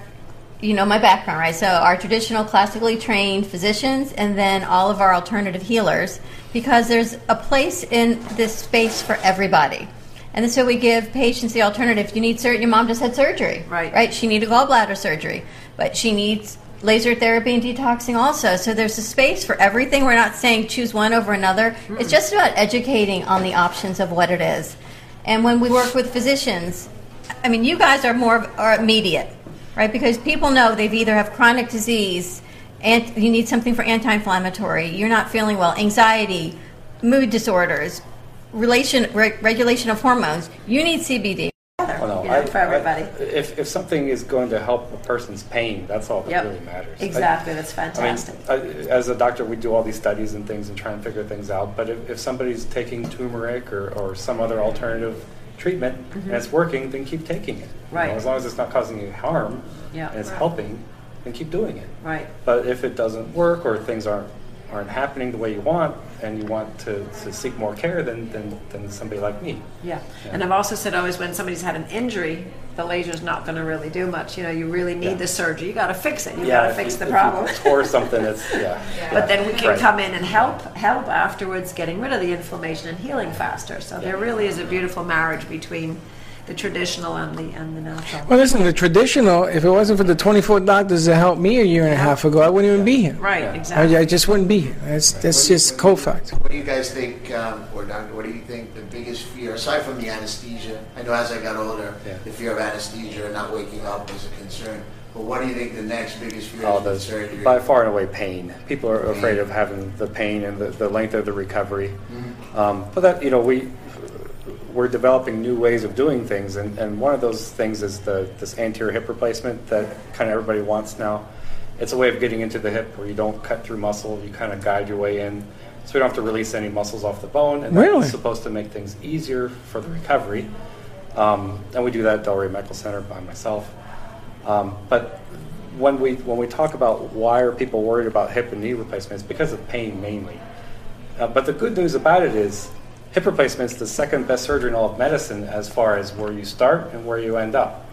Speaker 2: you know, my background, right? So our traditional, classically trained physicians, and then all of our alternative healers, because there's a place in this space for everybody. And so we give patients the alternative. You need surgery. Your mom just had surgery,
Speaker 3: Right.
Speaker 2: Right. She needed gallbladder surgery, but she needs laser therapy and detoxing also. So there's a space for everything. We're not saying choose one over another. It's just about educating on the options of what it is. And when we work with physicians, I mean, you guys are more of- are immediate, right? Because people know they've either have chronic disease, and you need something for anti-inflammatory. You're not feeling well, anxiety, mood disorders, relation re- regulation of hormones. You need CBD.
Speaker 8: Well, no,
Speaker 3: Yeah, for everybody.
Speaker 8: if, if something is going to help a person's pain, that's all that
Speaker 3: Yep.
Speaker 8: really matters. I-
Speaker 3: Exactly. That's
Speaker 8: I mean,
Speaker 3: fantastic.
Speaker 8: I- as a doctor, we do all these studies and things and try and figure things out. But if, if somebody's taking turmeric or, or some other alternative treatment and it's working, then keep taking it. You know,
Speaker 3: Mm-hmm. Right.
Speaker 8: as long as it's not causing you harm
Speaker 3: Yeah.
Speaker 8: and it's
Speaker 3: Right.
Speaker 8: helping, then keep doing it.
Speaker 3: right.
Speaker 8: But if it doesn't work or things aren't aren't happening the way you want and you want to, to seek more care, then, then then somebody like me.
Speaker 3: Yeah. And I've also said always when somebody's had an injury, the laser's not going to really do much. You know, you really need
Speaker 8: Yeah.
Speaker 3: the surgery. You got to fix it. You
Speaker 8: Yeah,
Speaker 3: got to
Speaker 8: if
Speaker 3: fix
Speaker 8: you-
Speaker 3: the
Speaker 8: if you
Speaker 3: problem.
Speaker 8: *laughs*
Speaker 3: *laughs*
Speaker 8: Tore something. It's yeah.
Speaker 3: But then we can
Speaker 8: Right.
Speaker 3: come in and help help afterwards, getting rid of the inflammation and healing faster. So there really is a beautiful marriage between the traditional and the and the natural.
Speaker 1: Well, listen, the traditional, if it wasn't for the 24 doctors that helped me a year and a half ago, I wouldn't even be here.
Speaker 3: Right,
Speaker 1: I,
Speaker 3: exactly.
Speaker 1: I just wouldn't be here. That's, that's just cold fact.
Speaker 4: What do you guys think, um, or doctor? What do you think the biggest fear, aside from the anesthesia? I know as I got older,
Speaker 8: Yeah.
Speaker 4: the fear of anesthesia and not waking up was a concern. But what do you think the next biggest fear
Speaker 8: Oh,
Speaker 4: is with
Speaker 8: the,
Speaker 4: surgery?
Speaker 8: by far and away pain. People are afraid of having the pain and the, the length of the recovery. Um, but that, you know, we, we're developing new ways of doing things. And, and one of those things is the, this anterior hip replacement that kind of everybody wants now. It's a way of getting into the hip where you don't cut through muscle, you kind of guide your way in. So we don't have to release any muscles off the bone. And
Speaker 1: Really?
Speaker 8: that's supposed to make things easier for the recovery. Um, and we do that at Delray Medical Center by myself. Um, but when we when we talk about why are people worried about hip and knee replacements, because of pain mainly. Uh, but the good news about it is hip replacements the second best surgery in all of medicine as far as where you start and where you end up,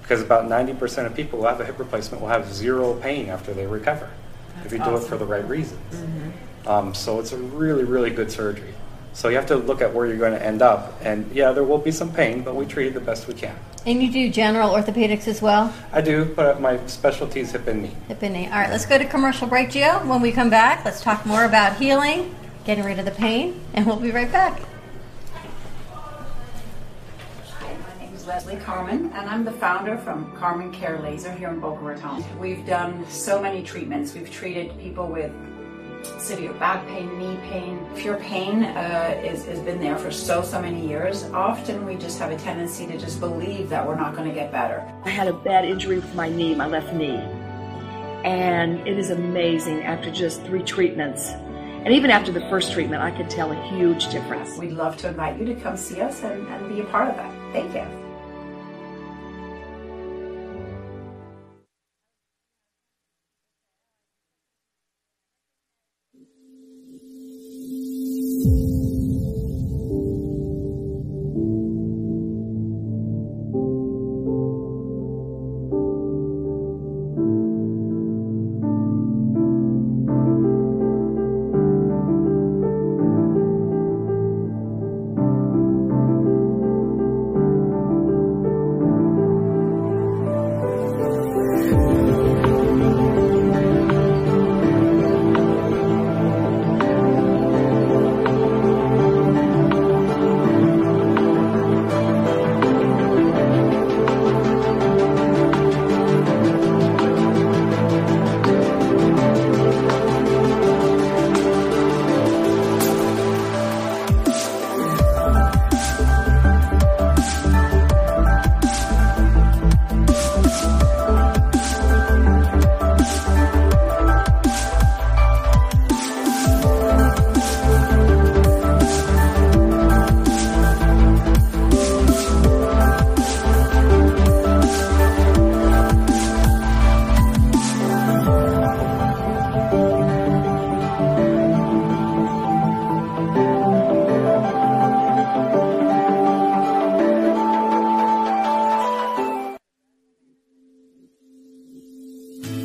Speaker 8: because about 90% of people who have a hip replacement will have zero pain after they recover. if you do it for the right reasons. Um, so it's a really, really good surgery. So you have to look at where you're going to end up. And yeah, there will be some pain, but we treat it the best we can.
Speaker 2: And you do general orthopedics as well?
Speaker 8: I do, but my specialty is hip and knee.
Speaker 2: Hip and knee. All right, let's go to commercial break, Gio. When we come back, let's talk more about healing, getting rid of the pain, and we'll be right back.
Speaker 12: Hi, my name is Leslie Carmen, and I'm the founder from Carmen Care Laser here in Boca Raton. We've done so many treatments. We've treated people with severe back pain, knee pain. If your pain uh, is, has been there for so, so many years, often we just have a tendency to just believe that we're not going to get better.
Speaker 14: I had a bad injury with my knee, my left knee. And it is amazing after just three treatments. And even after the first treatment, I could tell a huge difference.
Speaker 12: We'd love to invite you to come see us and, and be a part of that. Thank you.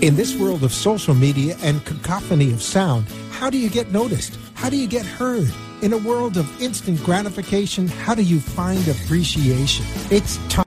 Speaker 15: In this world of social media and cacophony of sound, how do you get noticed? How do you get heard? In a world of instant gratification, how do you find appreciation? It's time.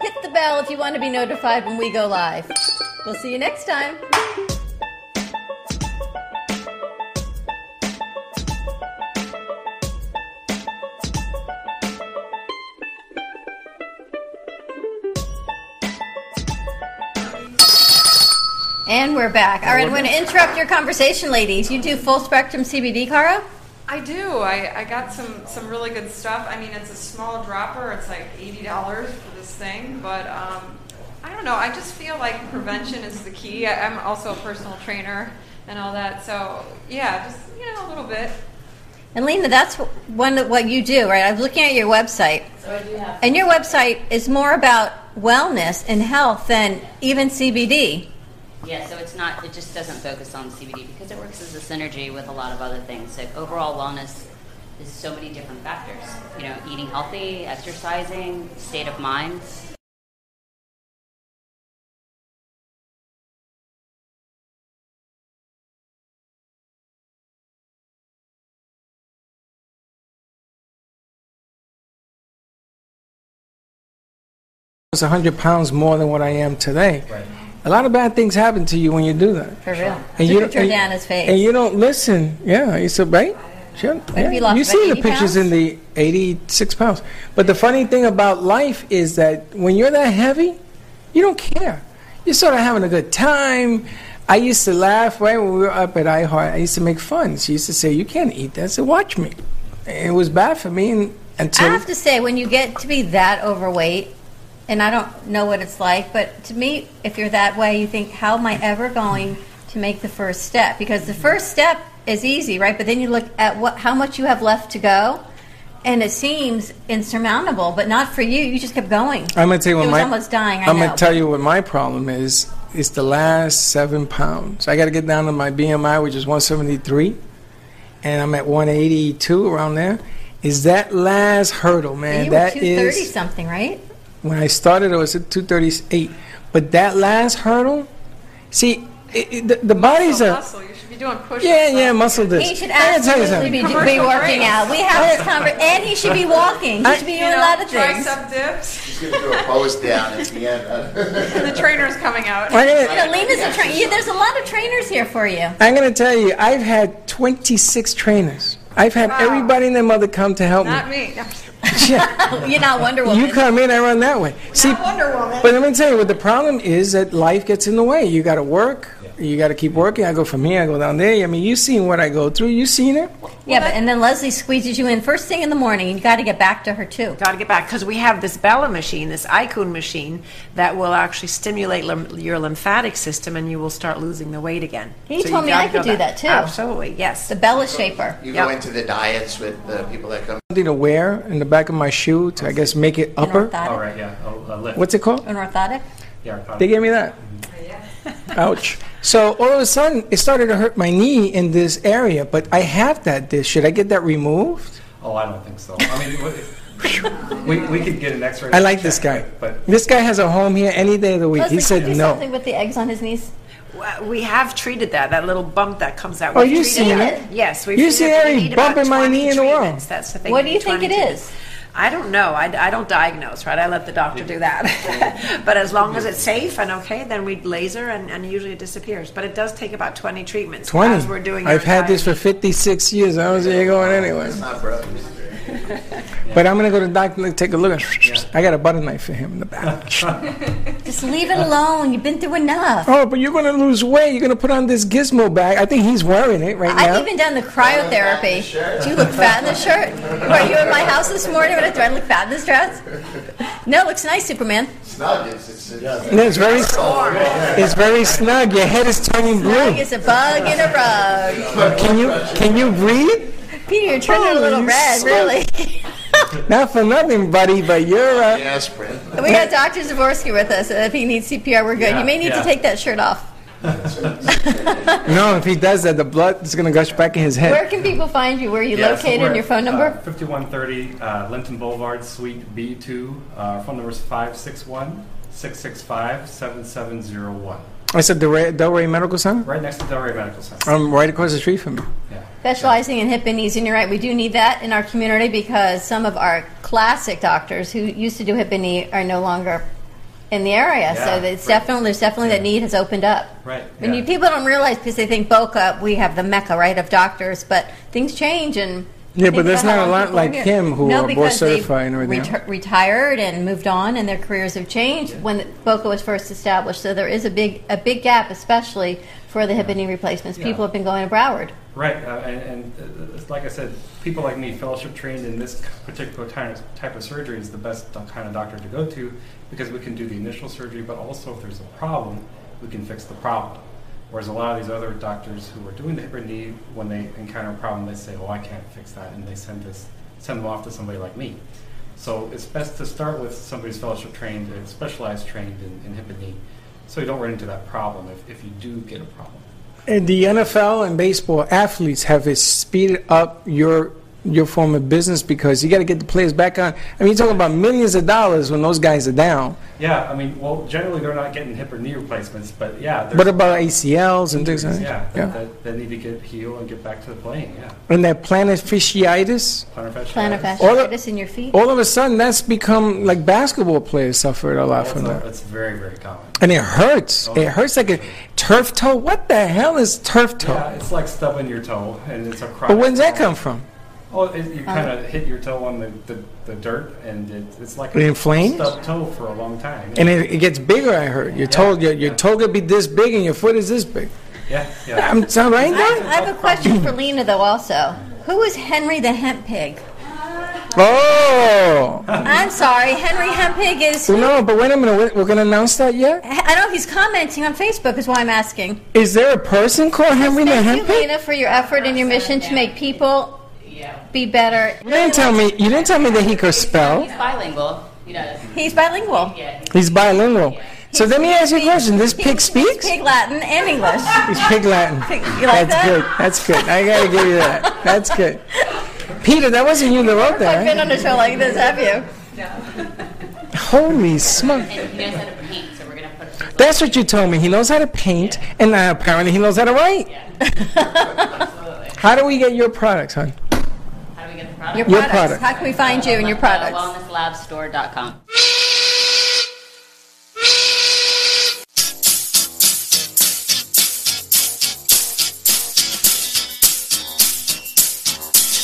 Speaker 2: Hit the bell if you want to be notified when we go live. We'll see you next time. And we're back. All right, I'm going to interrupt your conversation, ladies. You do full spectrum CBD, Cara?
Speaker 7: I do. I, I got some, some really good stuff. I mean, it's a small dropper. It's like eighty dollars for this thing, but um, I don't know. I just feel like prevention is the key. I, I'm also a personal trainer and all that, so yeah, just you know, a little bit.
Speaker 2: And Lena, that's wh- one of what you do, right? I'm looking at your website.
Speaker 5: So I do have.
Speaker 2: And your website is more about wellness and health than even CBD.
Speaker 5: Yeah, so it's not, it just doesn't focus on CBD because it works as a synergy with a lot of other things. So overall wellness is so many different factors. You know, eating healthy, exercising, state of mind.
Speaker 1: was 100 pounds more than what I am today. A lot of bad things happen to you when you do that.
Speaker 2: For real.
Speaker 1: And you,
Speaker 2: Look at
Speaker 1: don't-
Speaker 2: your
Speaker 1: and-
Speaker 2: Dana's face.
Speaker 1: and you don't listen. Yeah, you said right. Sure.
Speaker 2: if you lost
Speaker 1: you
Speaker 2: about
Speaker 1: see the
Speaker 2: 80
Speaker 1: pictures in the 86 pounds. But the funny thing about life is that when you're that heavy, you don't care. You're sort of having a good time. I used to laugh right when we were up at iHeart. I used to make fun. She used to say, "You can't eat that." I said, "Watch me." it was bad for me and, until
Speaker 2: I have to say, when you get to be that overweight, and I don't know what it's like, but to me, if you're that way, you think, how am I ever going to make the first step? Because the first step is easy, right? But then you look at what, how much you have left to go, and it seems insurmountable. But not for you. You just kept going.
Speaker 1: I'm gonna tell you
Speaker 2: it
Speaker 1: what
Speaker 2: was
Speaker 1: my
Speaker 2: almost dying. I
Speaker 1: am
Speaker 2: know.
Speaker 1: gonna tell you what my problem is. It's the last seven pounds. I got to get down to my BMI, which is 173, and I'm at 182 around there. Is that last hurdle,
Speaker 2: And
Speaker 1: man?
Speaker 2: you were
Speaker 1: That
Speaker 2: two thirty
Speaker 1: is
Speaker 2: something, right?
Speaker 1: when I started. I was at 238, but that last hurdle, see, it, it, the, the body's a
Speaker 7: Hustle. You should be doing push-ups.
Speaker 1: yeah, yeah, muscle this.
Speaker 2: Oh, He should
Speaker 1: I gotta tell you
Speaker 2: absolutely be,
Speaker 1: something.
Speaker 2: be working out. We have
Speaker 1: *laughs*
Speaker 2: this conversation, and he should be walking. He should be
Speaker 7: You
Speaker 2: doing a
Speaker 7: know,
Speaker 2: lot of things.
Speaker 7: Tricep dips.
Speaker 4: He's gonna do a pose down at the end.
Speaker 8: *laughs*
Speaker 7: The trainer's coming out.
Speaker 1: I
Speaker 2: You know,
Speaker 1: gotta-
Speaker 2: Lena's a trainer. Yeah, there's a lot of trainers here for you.
Speaker 1: I'm going to tell you, I've had 26 trainers. I've had
Speaker 2: Wow.
Speaker 1: everybody and their mother come to help
Speaker 7: Not
Speaker 1: *laughs*
Speaker 7: me.
Speaker 1: me.
Speaker 7: *laughs*
Speaker 2: You're not Wonder Woman.
Speaker 1: You come in, I run that way. See,
Speaker 7: Wonder Woman.
Speaker 1: but I'm going to tell you what the problem is that life gets in the way. You got to work. You got to keep working. I go from here, I go down there. I mean, you've seen what I go through. You've seen it.
Speaker 2: Yeah, but, and then Leslie squeezes you in first thing in the morning. You got to get back to her too.
Speaker 3: Got to get back because we have this Bella machine, this Icon machine that will actually stimulate lym- your lymphatic system, and you will start losing the weight again.
Speaker 2: He
Speaker 3: So you
Speaker 2: told me
Speaker 3: gotta
Speaker 2: I could
Speaker 3: go
Speaker 2: do
Speaker 3: back.
Speaker 2: that too.
Speaker 3: Absolutely, yes.
Speaker 2: The Bella Shaper.
Speaker 4: You go into the diets with the people that come.
Speaker 1: Something to wear in the back of my shoe to, I guess, make it upper.
Speaker 2: orthotic.
Speaker 8: All right, yeah, a, a lift.
Speaker 1: What's it called?
Speaker 2: An orthotic.
Speaker 8: Yeah,
Speaker 1: They gave me that. Ouch. So all of a sudden, it started to hurt my knee in this area, but I have that disc. Should I get that removed?
Speaker 8: Oh, I don't think so. I mean, what- *laughs* we, we could get an X-ray.
Speaker 1: I like this guy.
Speaker 8: But
Speaker 1: This guy has a home here any day of the week.
Speaker 2: Leslie,
Speaker 1: He
Speaker 2: can you
Speaker 1: said
Speaker 2: do
Speaker 1: no.
Speaker 2: something with the eggs on his knees.
Speaker 3: Well, We have treated that, that little bump that comes out.
Speaker 1: Oh,
Speaker 3: We've
Speaker 1: you
Speaker 3: treated
Speaker 1: seen
Speaker 3: that.
Speaker 1: it?
Speaker 3: Yes, we've
Speaker 1: You
Speaker 3: treated
Speaker 1: see
Speaker 3: it. We
Speaker 1: every
Speaker 3: need
Speaker 1: bump
Speaker 3: about
Speaker 1: in my
Speaker 3: 20
Speaker 1: knee in the world.
Speaker 3: treatments. That's the thing.
Speaker 2: What
Speaker 3: we need
Speaker 2: do you think
Speaker 3: 20
Speaker 2: it
Speaker 3: treatments.
Speaker 2: is?
Speaker 3: I don't know. I, I don't diagnose, right? I let the doctor do that. *laughs* but as long as it's safe and okay, then we laser and, and usually it disappears. But it does take about 20 treatments. As
Speaker 1: 20.
Speaker 3: we're doing
Speaker 1: I've
Speaker 3: our
Speaker 1: had
Speaker 3: diet.
Speaker 1: this for 56 years. I don't see it going anywhere.
Speaker 4: It's not brothers.
Speaker 1: But I'm going to go to the doctor and take a look. I got a butter knife for him in the back.
Speaker 2: Just leave it alone. You've been through enough.
Speaker 1: oh, but you're going to lose weight. You're going to put on this gizmo bag. I think he's wearing it right now.
Speaker 2: I've even done the cryotherapy. Do you look fat in this shirt? Were you in my house this morning? When I, do I look fat in this dress? No, it looks nice, Superman.
Speaker 4: It's not. It's, it's, it's,
Speaker 1: No, it's very, *laughs* it's very snug. Your head is turning
Speaker 2: Bug
Speaker 1: blue.
Speaker 2: is a bug in a
Speaker 4: *laughs*
Speaker 2: rug.
Speaker 1: Can you can you breathe?
Speaker 2: Peter, you're turning a
Speaker 1: Oh,
Speaker 2: little
Speaker 1: you
Speaker 2: red,
Speaker 1: sweet.
Speaker 2: really. *laughs*
Speaker 1: Not for nothing, buddy, but you're uh,
Speaker 4: aspirin.
Speaker 2: We got Dr. Zavorsky with us. and If he needs CPR, we're good.
Speaker 1: Yeah,
Speaker 2: you may need
Speaker 1: yeah.
Speaker 2: to take that shirt off.
Speaker 1: no. If he does that, the blood is gonna gush back in his
Speaker 2: Where
Speaker 1: head.
Speaker 2: can people find you? Where are you
Speaker 8: Yeah, so
Speaker 2: located
Speaker 8: we're
Speaker 2: and your phone
Speaker 8: at,
Speaker 2: number?
Speaker 8: uh, 5130 uh, Linton Boulevard, Suite B2. Uh, our phone number is 561 665 7701.
Speaker 1: It's at the Delray Delray Medical Center.
Speaker 8: Right next to Delray Medical Center.
Speaker 1: I'm right across the street from me.
Speaker 2: Specializing in hip and knees, and you're right, we do need that in our community because some of our classic doctors who used to do hip and knee are no longer in the area.
Speaker 8: Yeah,
Speaker 2: so it's definitely there's definitely that need has opened up.
Speaker 8: Right.
Speaker 2: And
Speaker 8: yeah.
Speaker 2: you, people don't realize because they think Boca, we have the mecca, right, of doctors, but things change and.
Speaker 1: Yeah,
Speaker 2: think
Speaker 1: but there's
Speaker 2: about how
Speaker 1: not a
Speaker 2: long
Speaker 1: lot
Speaker 2: people
Speaker 1: like
Speaker 2: are-
Speaker 1: him who
Speaker 2: no,
Speaker 1: are board
Speaker 2: because they've
Speaker 1: certified and everything
Speaker 2: reti- retired and moved on, and their careers have changed when Boca was first established. So there is a big a big gap, especially for the hip and knee replacements.
Speaker 8: Yeah.
Speaker 2: People have been going to Broward.
Speaker 8: Right, uh, and, and uh, it's like I said, people like me, fellowship trained in this particular type type of surgery is the best do- kind of doctor to go to because we can do the initial surgery, but also if there's a problem, we can fix the problem. Whereas a lot of these other doctors who are doing the hip or knee, when they encounter a problem, they say, "Oh, I can't fix that," and they send this send them off to somebody like me. So it's best to start with somebody who's fellowship trained and specialized trained in, in hip and knee, so you don't run into that problem if, if you do get a problem.
Speaker 1: And the NFL and baseball athletes have it speeded up your your form of business because you got to get the players back on. I mean, you're talking about millions of dollars when those guys are down.
Speaker 8: Yeah, I mean, well, generally they're not getting hip or knee replacements, but yeah. there's-
Speaker 1: What about ACLs and things like that?
Speaker 8: Yeah, that- that- They, need to get healed and get back to the playing, yeah.
Speaker 1: And that plantar fasciitis.
Speaker 8: Plantar fasciitis.
Speaker 2: Plantar
Speaker 1: All Oh,
Speaker 2: fasciitis
Speaker 1: of-
Speaker 2: in your feet.
Speaker 1: All of a sudden, that's become like basketball players suffered a lot
Speaker 8: That's
Speaker 1: from
Speaker 8: a-
Speaker 1: that.
Speaker 8: That's very, very common.
Speaker 1: And it hurts. It hurts like a turf toe. What the hell is turf toe?
Speaker 8: Yeah, it's like stubbing your toe, and it's a chronic.
Speaker 1: but when's that come from?
Speaker 8: Oh, it, you
Speaker 2: Uh-huh.
Speaker 8: kind of hit your toe on the, the, the dirt, and it, it's like
Speaker 1: It
Speaker 8: a
Speaker 1: inflames?
Speaker 8: stubbed toe for a long time.
Speaker 1: And it, it gets bigger, I heard. You're told your, your toe could be this big and your foot is this big.
Speaker 8: yeah, yeah.
Speaker 1: I'm sound right
Speaker 2: I,
Speaker 1: now? *clears throat*
Speaker 2: I have a question for Lena, though, also. Who was Henry the Hemp Pig?
Speaker 1: Oh!
Speaker 2: I'm sorry, Henry Hemp Pig is.
Speaker 1: Well, no, but wait a minute. We're, we're going to announce that yet?
Speaker 2: I don't know if he's commenting on Facebook, is why I'm asking.
Speaker 1: Is there a person called Henry the
Speaker 2: Thank you,
Speaker 1: Hemp Pig?
Speaker 2: Lena, for your effort and your mission to make people be better.
Speaker 1: You didn't tell me. You didn't tell me that he could spell.
Speaker 5: He's bilingual. He does.
Speaker 2: He's bilingual.
Speaker 1: He's bilingual. So let me ask you a question. This pig
Speaker 2: He's
Speaker 1: speaks.
Speaker 2: pig Latin
Speaker 1: *laughs*
Speaker 2: and English.
Speaker 1: He's pig Latin.
Speaker 2: Pig- you like
Speaker 1: That's
Speaker 2: that?
Speaker 1: good. That's good. I gotta give you that. That's good. Peter, that wasn't you that wrote
Speaker 2: I've been
Speaker 1: that.
Speaker 2: on a show like this, have you?
Speaker 1: right? Holy smoke!
Speaker 5: And he knows how to paint, so we're gonna put.
Speaker 1: That's what you told me. He knows how to paint, and now apparently he knows how to write. how do we get your products, hon?
Speaker 5: How do we get the product?
Speaker 1: Your Your products. products.
Speaker 2: How can we find you and your products?
Speaker 5: Uh, wellnesslabstore.com.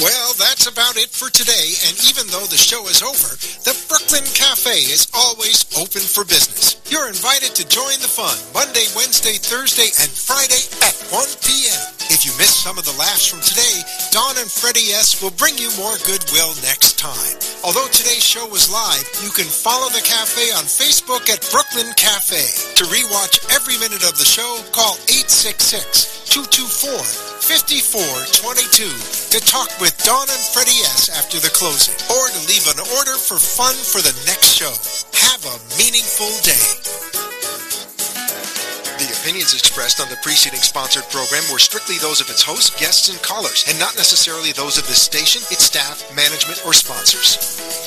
Speaker 16: Well, that's about it for today, and even though the show is over, the Brooklyn Cafe is always open for business. You're invited to join the fun Monday, Wednesday, Thursday, and Friday at 1 p.m. If you missed some of the laughs from today, Don and Freddie S. will bring you more goodwill next time. Although today's show was live, you can follow the cafe on Facebook at Brooklyn Cafe. To rewatch every minute of the show, call 866 224 5422 to talk with Don and Freddie S. after the closing or to leave an order for fun for the next show. Have a meaningful day. The opinions expressed on the preceding sponsored program were strictly those of its host, guests, and callers, and not necessarily those of this station, its staff, management, or sponsors.